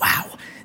Wow,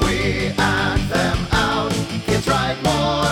We act them out. Kids write more.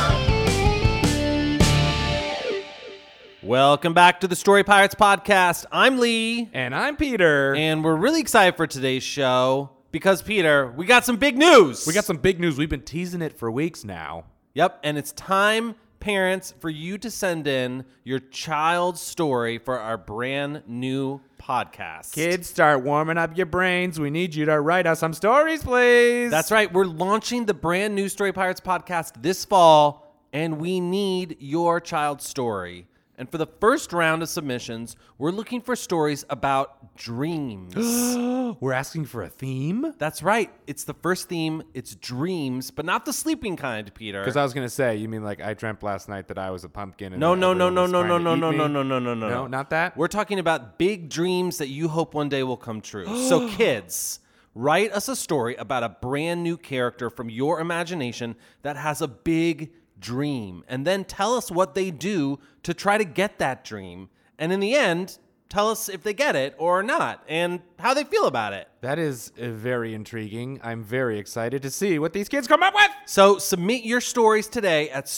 Welcome back to the Story Pirates podcast. I'm Lee, And I'm Peter. and we're really excited for today's show because Peter, we got some big news. we got some big news. We've been teasing it for weeks now. Yep, and it's time parents for you to send in your child's story for our brand new podcast. Kids, start warming up your brains. We need you to write us some stories, please. That's right. We're launching the brand new Story Pirates podcast this fall, and we need your child's story. And for the first round of submissions, we're looking for stories about dreams. We're asking for a theme. That's right. It's the first theme. It's dreams, but not the sleeping kind, Peter. Because I was gonna say, you mean like I dreamt last night that I was a pumpkin? And no, that no, no, everyone no, was no, trying no, to no, no, eat me? no, no, no, no, no. No, not that? We're talking about big dreams that you hope one day will come true. so, kids, write us a story about a brand new character from your imagination that has a big dream, and then tell us what they do to try to get that dream. And in the end, tell us if they get it or not, and how they feel about it. That is uh, very intriguing. I'm very excited to see what these kids come up with. So submit your stories today at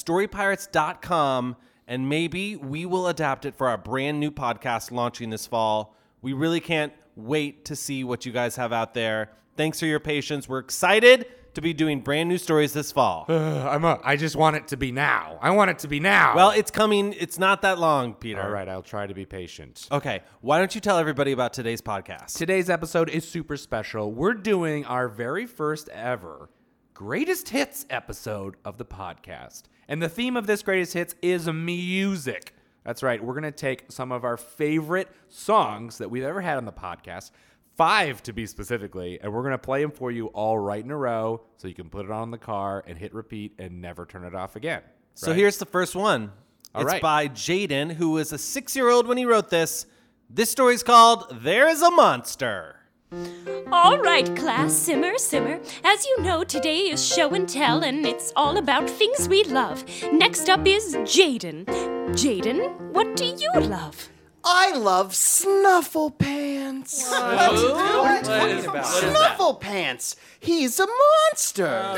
storypirates.com and maybe we will adapt it for our brand new podcast launching this fall. We really can't wait to see what you guys have out there. Thanks for your patience. We're excited to be doing brand new stories this fall. Ugh, I'm a, I just want it to be now. I want it to be now. well, it's coming. It's not that long, Peter. all right. I'll try to be patient. Okay. Why don't you tell everybody about today's podcast? Today's episode is super special. We're doing our very first ever greatest hits episode of the podcast. And the theme of this greatest hits is music. That's right. We're going to take some of our favorite songs that we've ever had on the podcast, five to be specifically, and we're going to play them for you all right in a row so you can put it on the car and hit repeat and never turn it off again. So Right? here's the first one. All it's right. by Jaden, who was a six year old when he wrote this. This story's called There's a Monster. All right, class, simmer, simmer. As you know, today is show and tell, and it's all about things we love. Next up is Jaden. Jaden, what do you love? I love snuffle pants. What are you talking about? Snuffle pants. He's a monster.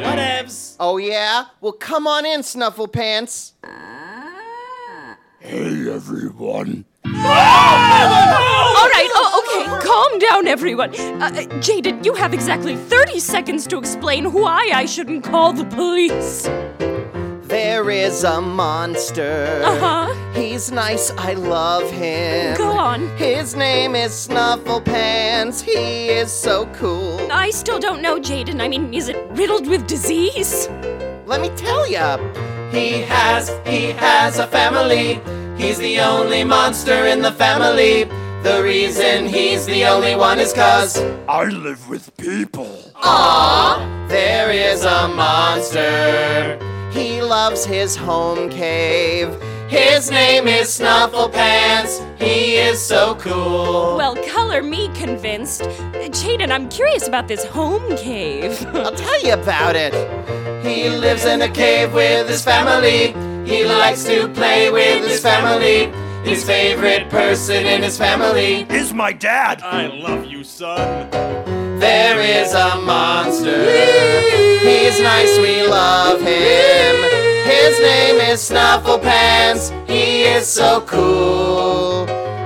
Whatevs. Oh yeah. Well, come on in, snuffle pants. Hey, everyone. All right, oh, okay, calm down, everyone. Uh, uh, Jaden, you have exactly 30 seconds to explain why I shouldn't call the police. There is a monster. Uh-huh. He's nice, I love him. Go on. His name is Snufflepants. He is so cool. I still don't know, Jaden. I mean, is it riddled with disease? Let me tell ya. He has, he has a family. He's the only monster in the family. The reason he's the only one is cause I live with people. there is a monster. He loves his home cave. His name is Snufflepants. He is so cool. Well, color me convinced. Uh, Jaden, I'm curious about this home cave. I'll tell you about it. He lives in a cave with his family. He likes to play with his family. His favorite person in his family. Is my dad. There is a monster. He's nice, we love him. His name is Snufflepants. He is so cool.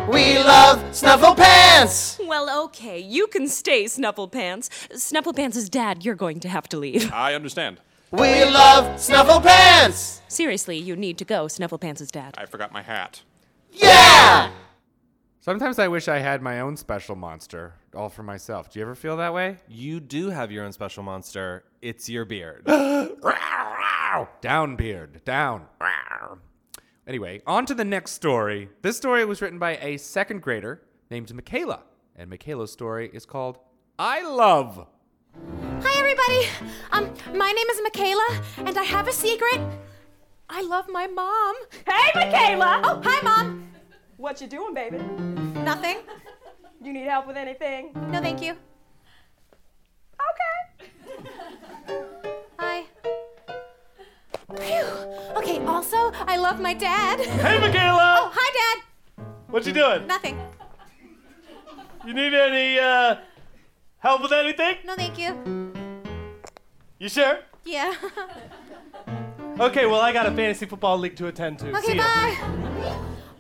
We love Snufflepants. well, okay, you can stay, Snufflepants. Snufflepants' dad, you're going to have to leave. I understand. We love Snufflepants. Seriously, you need to go, Snufflepants' dad. I forgot my hat. Yeah. Sometimes I wish I had my own special monster all for myself. Do you ever feel that way? You do have your own special monster. It's your beard. Down, beard. Down. Rawr. Anyway, on to the next story. This story was written by a second grader named Michaela. And Michaela's story is called I Love. Hi, everybody. Um, my name is Michaela, and I have a secret. I love my mom. Hey, Michaela. Oh, hi, mom. What you doing, baby? Nothing. You need help with anything? No, thank you. Okay. Hi. Phew. Okay. Also, I love my dad. Hey, Michaela! Oh, hi, Dad. What you doing? Nothing. You need any uh, help with anything? No, thank you. You sure? Yeah. Okay, well, I got a fantasy football league to attend to. okay. Bye.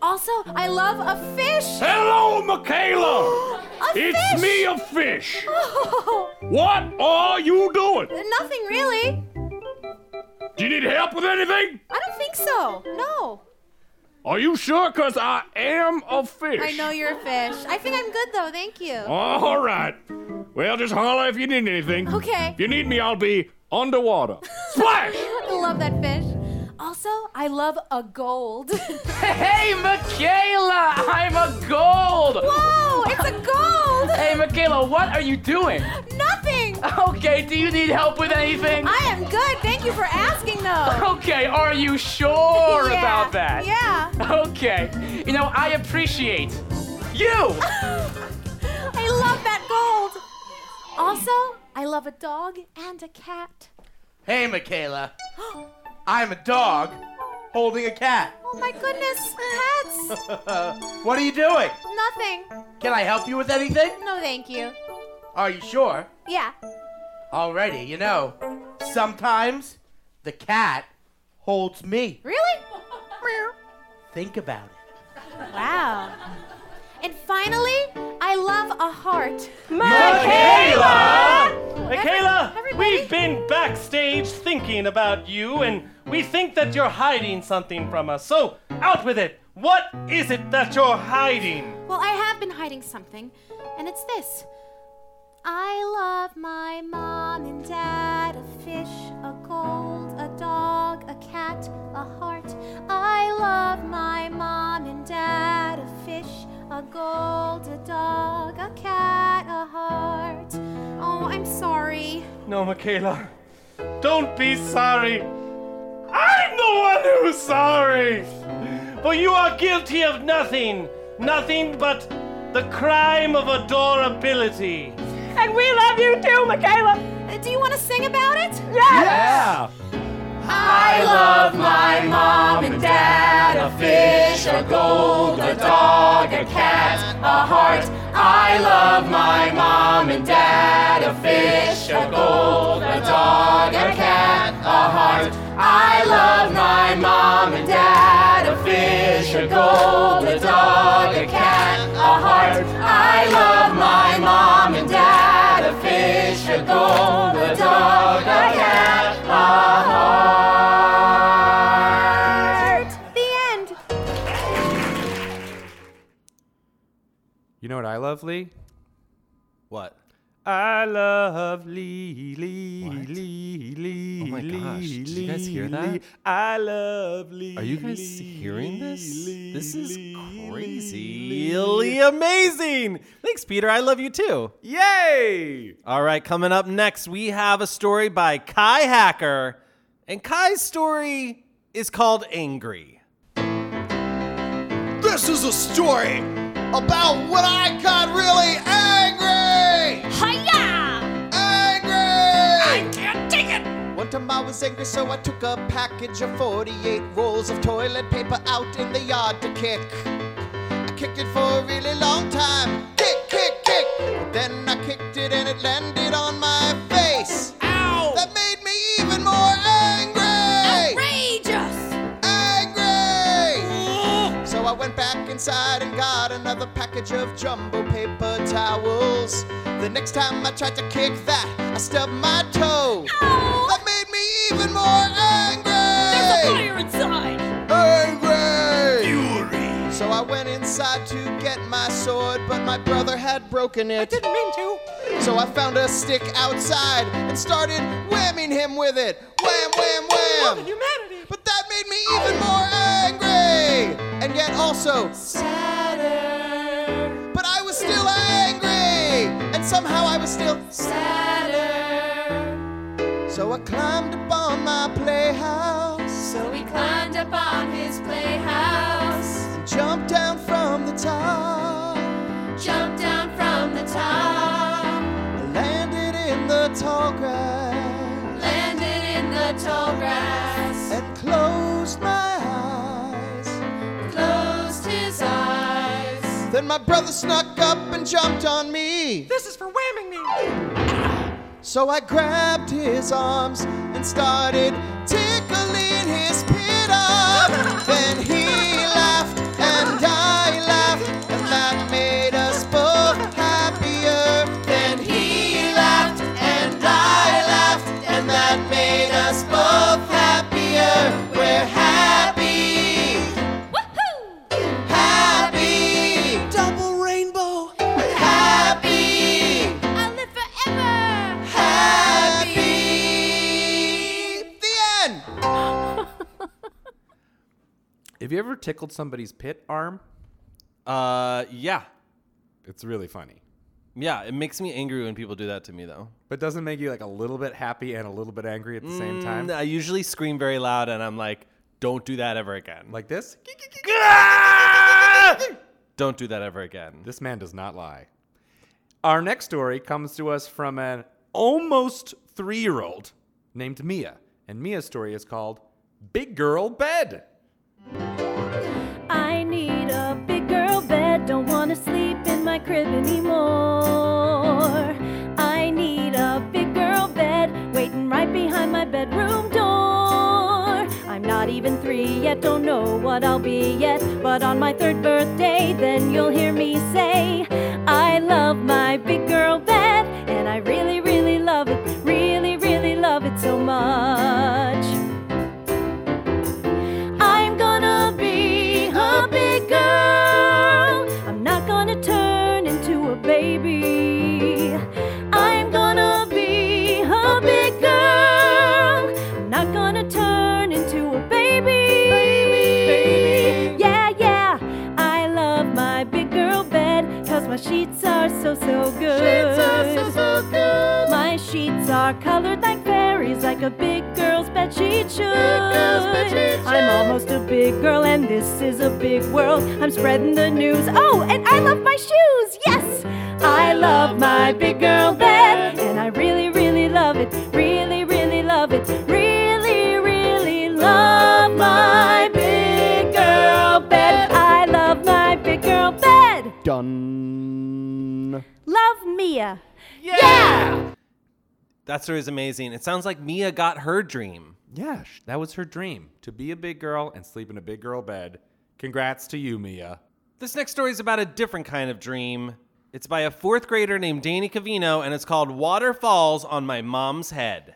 Also, I love a fish. Hello, Michaela. A it's fish. me, a fish. Oh, What are you doing? nothing really. Do you need help with anything? I don't think so. No. Are you sure? Because I am a fish. I know you're a fish. I think I'm good though. Thank you. All right. Well, just holler if you need anything. Okay. If you need me, I'll be underwater. Splash! I love that fish. Also, I love a gold. Hey, Michaela, I'm a gold. Whoa, it's a gold! Hey, Michaela, what are you doing? Nothing! Okay, do you need help with anything? I am good. Thank you for asking, though. Okay, are you sure Yeah, about that? Yeah. Okay, you know, I appreciate you! I love that gold. Also, I love a dog and a cat. Hey, Michaela. I'm a dog holding a cat. Oh my goodness, pets! What are you doing? Nothing. Can I help you with anything? No, thank you. Are you sure? Yeah. Alrighty, you know, sometimes the cat holds me. Really? Think about it. Wow. And finally, I love a heart. Michaela! Michaela, Every- everybody- we've been backstage thinking about you, and we think that you're hiding something from us. So, out with it! What is it that you're hiding? Well, I have been hiding something, and it's this. I love my mom and dad, a fish, a gold, a dog, a cat, a heart. I love my mom and dad, a fish, a gold, a dog, a cat, a heart. Oh, I'm sorry. No, Michaela. Don't be sorry. I'm the one who's sorry. For you are guilty of nothing. Nothing but the crime of adorability. And we love you too, Michaela. Uh, Do you want to sing about it? Yeah! I love my mom and dad, a fish, a gold, a dog, a cat, a heart. I love my mom and dad, a fish, a gold, a dog, a cat, a heart. I love my mom and dad, a fish, a a gold, a dog, a cat, a heart. I love my mom and dad. A fish, a gold, a dog, a cat, a heart. The end. You know what I love, Lee? What? I love Lee, Lee, Lee, Lee. Oh my Lee, gosh, did you guys hear Lee, that? Lee. I love Lee. Are you guys hearing this? This is crazy. Lee. amazing. Thanks, Peter. I love you too. Yay! All right, coming up next, we have a story by Kai Hacker. And Kai's story is called Angry. This is a story about when I got really angry. Hiya! Angry! I can't take it. One time I was angry, so I took a package of 48 rolls of toilet paper out in the yard to kick. I kicked it for a really long time. Kick, kick, kick. Then I kicked it and it landed on my face. Ow! That made me even more angry. Outrageous. Angry! So I went back inside and got another package of jumbo paper towels. The next time I tried to kick that, I stubbed my toe. That made me even more angry! inside. Angry! Fury! So I went inside to get my sword, but my brother had broken it. I didn't mean to. So I found a stick outside and started whamming him with it. Wham, wham, wham! humanity! But that made me even more angry! And yet also sadder. But I was still angry! And somehow I was still Sadder. So I climbed up on my playhouse. So we climbed up on his playhouse. Jumped down from the top. Jumped down from the top. Landed in the tall grass. Landed in the tall grass. And closed my eyes. Closed his eyes. Then my brother snuck up and jumped on me. This is for whamming me. So I grabbed his arms and started tickling his pit up. then he laughed and I laughed, and that made us both happier. Then he laughed and I laughed, and that made us both happier. We're happy. Happy. Double rainbow. Happy. I'll live forever. Happy. The end. Have you ever tickled somebody's pit arm? Uh, yeah. It's really funny. Yeah, it makes me angry when people do that to me, though. But doesn't make you like a little bit happy and a little bit angry at the same time? Mm, I usually scream very loud and I'm like, don't do that ever again. Like this? Don't do that ever again. This man does not lie. Our next story comes to us from an almost three year old named Mia. And Mia's story is called Big Girl Bed. I need a big girl bed, don't wanna sleep in my crib anymore. I need a big girl bed, waiting right behind my bedroom door. I'm not even three yet, don't know what I'll be yet, but on my third birthday, then you'll hear me say, I love my big girl bed, and I really, really love it, really, really love it so much. I'm gonna be a big girl. I'm not gonna turn into a baby. I'm gonna be a big girl. I'm not gonna turn into a baby. Baby. Yeah, yeah. I love my big girl bed cause my sheets are so so good. Sheets are so, so good. My sheets are colored like berries like a big girl's bed sheet should. I'm almost a big girl and this is a big world. I'm spreading the news. Oh, and I love my shoes. Yes. I love my big girl bed and I really really love it. Really really love it. Really really love my big girl bed. I love my big girl bed. Done. Love Mia. That story is amazing. It sounds like Mia got her dream. Yeah, sh- that was her dream to be a big girl and sleep in a big girl bed. Congrats to you, Mia. This next story is about a different kind of dream. It's by a fourth grader named Danny Cavino, and it's called Water Falls on My Mom's Head.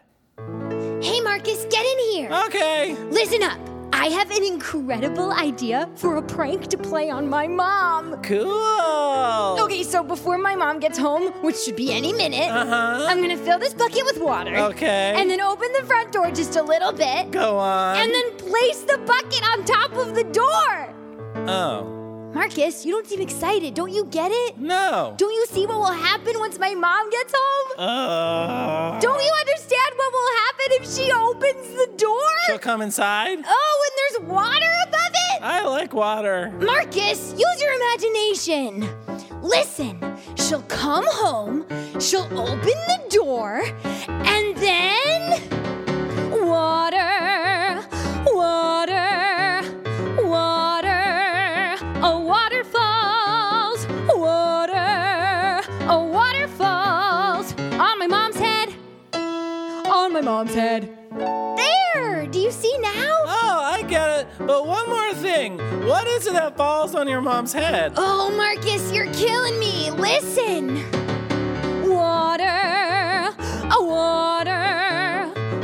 Hey, Marcus, get in here. Okay. Listen up. I have an incredible idea for a prank to play on my mom. Cool. Okay, so before my mom gets home, which should be any minute, Uh-huh. I'm gonna fill this bucket with water. Okay. And then open the front door just a little bit. Go on. And then place the bucket on top of the door. Oh. Marcus, you don't seem excited. Don't you get it? No. Don't you see what will happen once my mom gets home? Uh, Don't you understand what will happen if she opens the door? She'll come inside? Oh, and there's water above it? I like water. Marcus, use your imagination. Listen, she'll come home, she'll open the door, and then. Water, water, water, a water falls, water, a water falls on my mom's head, on my mom's head. There! Do you see now? Oh, I get it. But one more thing. What is it that falls on your mom's head? Oh, Marcus, you're killing me. Listen. Water, a water,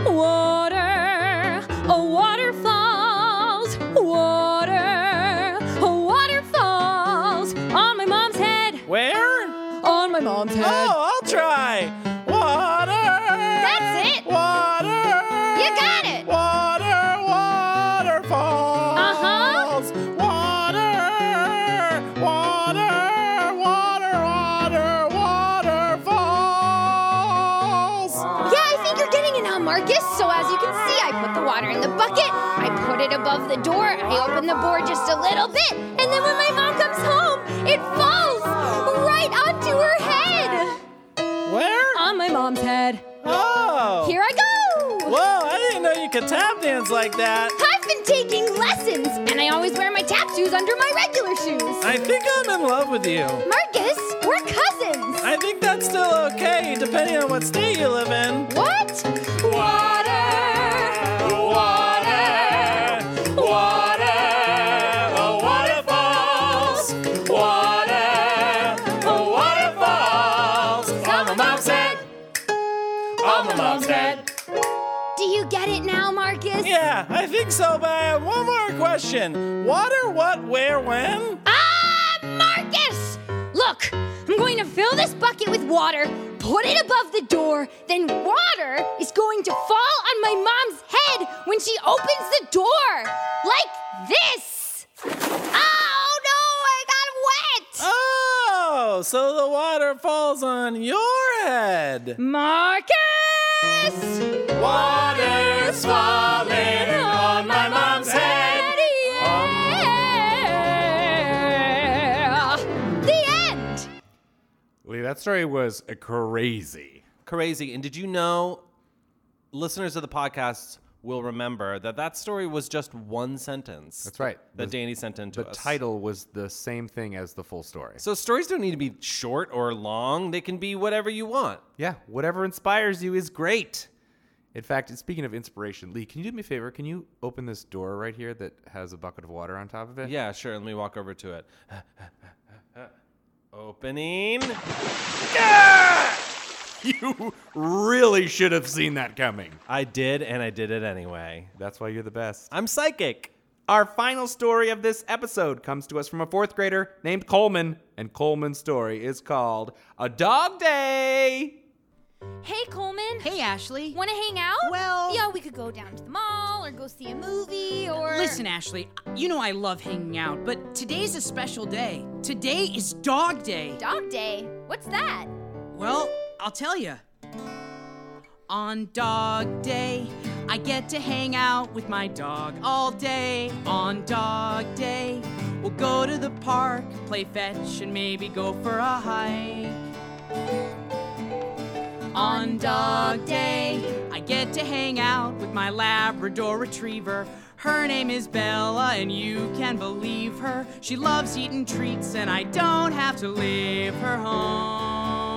water, a water falls, water, a water falls on my mom's head. Where? On my mom's head. Oh, I'll try. Water. That's it. Water. You got it. Water, water falls. Uh-huh. Water, water, water, water, water falls. Yeah, I think you're getting it now, Marcus. So as you can see, I put the water in the bucket, I put it above the door, I open the door just a little bit, and then when my mom comes home, it falls right onto her head. Where? On my mom's head. Oh. Here I go. Whoa, I didn't know you could tap dance like that. I've been taking lessons, and I always wear my tap shoes under my regular shoes. I think I'm in love with you. Marcus, we're cousins. I think that's still okay, depending on what state you live in. What? Water, water, water, a water falls. Water, a water falls. On my mom's head. On my mom's head. Do you get it now, Marcus? Yeah, I think so, but I have one more question. Water, what, where, when? Ah, Marcus! Look, I'm going to fill this bucket with water, put it above the door, then water is going to fall on my mom's head when she opens the door. Like this! Oh no, I got wet! Oh, so the water falls on your head. Marcus! Water's falling on my mom's head. Yeah! The end! Lee, that story was a crazy. Crazy. And did you know, listeners of the podcast will remember that that story was just one sentence. That's right. That The- Danny sent into The us. title was the same thing as the full story. So stories don't need to be short or long. They can be whatever you want. Yeah, whatever inspires you is great. In fact, speaking of inspiration, Lee, can you do me a favor? Can you open this door right here that has a bucket of water on top of it? Yeah, sure. Let me walk over to it. Opening. You really should have seen that coming. I did, and I did it anyway. That's why you're the best. I'm psychic. Our final story of this episode comes to us from a fourth grader named Coleman, and Coleman's story is called A Dog Day. Hey, Coleman. Hey, Ashley. Want to hang out? Well, yeah, we could go down to the mall or go see a movie or. Listen, Ashley, you know I love hanging out, but today's a special day. Today is Dog Day. Dog Day. What's that? Well, I'll tell you. On Dog Day, I get to hang out with my dog all day. On Dog Day, we'll go to the park, play fetch, and maybe go for a hike. On Dog Day, I get to hang out with my Labrador Retriever. Her name is Bella, and you can believe her. She loves eating treats, and I don't have to leave her home.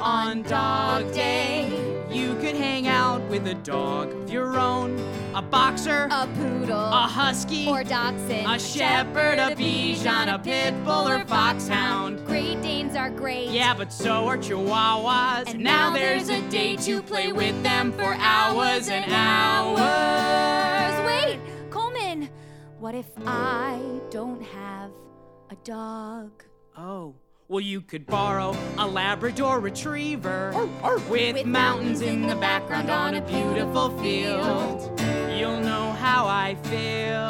On Dog Day, you could hang out with a dog of your own, a boxer, a poodle, a husky, or dachshund, a shepherd, a bichon, a pit bull, or foxhound. Great Danes are great. Yeah, but so are chihuahuas. And And now now there's a there's a day day to to play with them for hours and hours. Wait, Coleman, what if I don't have a dog? Oh. Well, you could borrow a Labrador retriever with, mountains in the background on a beautiful field. You'll know how I feel.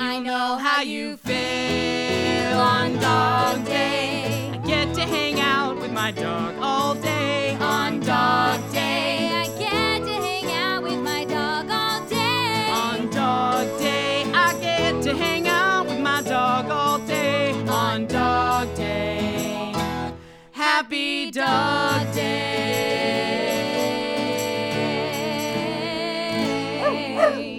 I know how you feel on dog day. I get to hang out with my dog all day on dog day. I get to hang out with my dog all day. On dog day, I get to hang out with my dog all day. On dog day, happy dog day.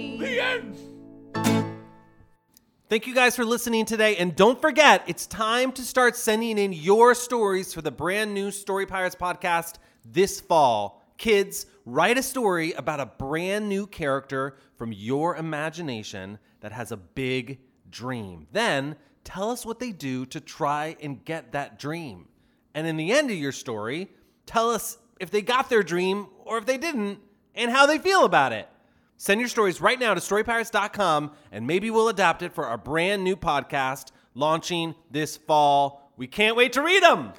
Thank you guys for listening today. And don't forget, it's time to start sending in your stories for the brand new Story Pirates podcast this fall. Kids, write a story about a brand new character from your imagination that has a big dream. Then tell us what they do to try and get that dream. And in the end of your story, tell us if they got their dream or if they didn't and how they feel about it. Send your stories right now to storypirates.com and maybe we'll adapt it for our brand new podcast launching this fall. We can't wait to read them.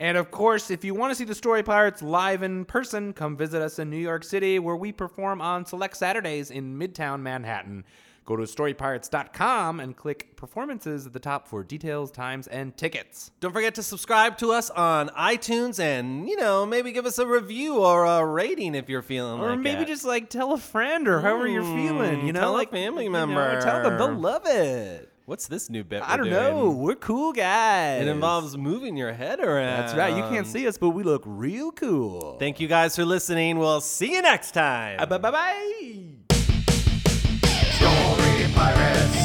And of course, if you want to see the Story Pirates live in person, come visit us in New York City, where we perform on select Saturdays in Midtown Manhattan. Go to storypirates.com and click performances at the top for details, times, and tickets. Don't forget to subscribe to us on iTunes and, you know, maybe give us a review or a rating if you're feeling Or like maybe it. just like tell a friend or however you're feeling, you know, tell a like family you know, member. tell them they'll love it. What's this new bit? I we're don't doing? know. We're cool guys. It involves moving your head around. That's right. You can't see us, but we look real cool. Thank you guys for listening. We'll see you next time. Bye bye bye. Story pirates.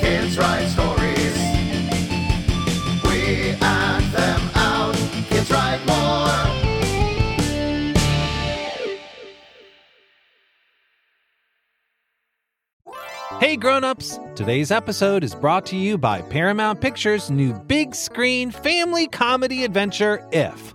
Kids write stories. We act them out. Kids write more. Hey grown-ups, today's episode is brought to you by Paramount Pictures' new big screen family comedy adventure If.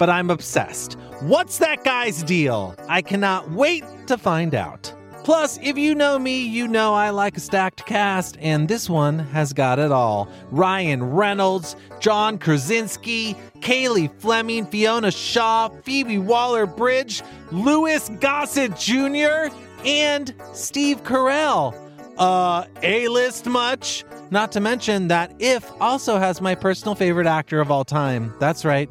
but I'm obsessed. What's that guy's deal? I cannot wait to find out. Plus, if you know me, you know I like a stacked cast, and this one has got it all. Ryan Reynolds, John Krasinski, Kaylee Fleming, Fiona Shaw, Phoebe Waller Bridge, Louis Gossett Jr., and Steve Carell. Uh, A list much? Not to mention that If also has my personal favorite actor of all time. That's right,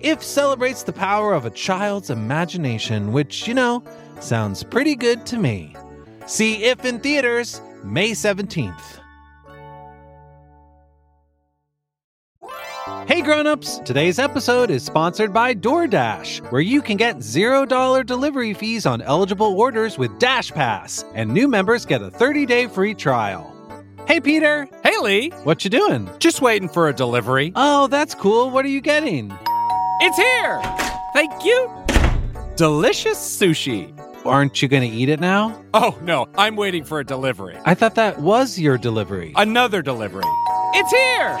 If celebrates the power of a child's imagination, which, you know, sounds pretty good to me. See If in theaters May 17th. Hey grown-ups, today's episode is sponsored by DoorDash, where you can get $0 delivery fees on eligible orders with Dash Pass, and new members get a 30-day free trial. Hey Peter, Hey Lee, what you doing? Just waiting for a delivery. Oh, that's cool. What are you getting? It's here. Thank you. Delicious sushi. Aren't you going to eat it now? Oh no, I'm waiting for a delivery. I thought that was your delivery. Another delivery. It's here.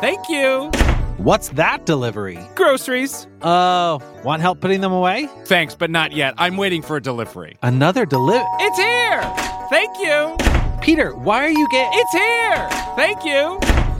Thank you. What's that delivery? Groceries. Oh, want help putting them away? Thanks, but not yet. I'm waiting for a delivery. Another deliver. It's here! Thank you! Peter, why are you getting. It's here! Thank you!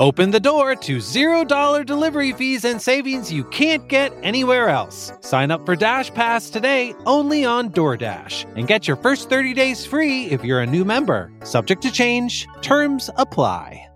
Open the door to $0 delivery fees and savings you can't get anywhere else. Sign up for Dash Pass today only on DoorDash and get your first 30 days free if you're a new member. Subject to change, terms apply.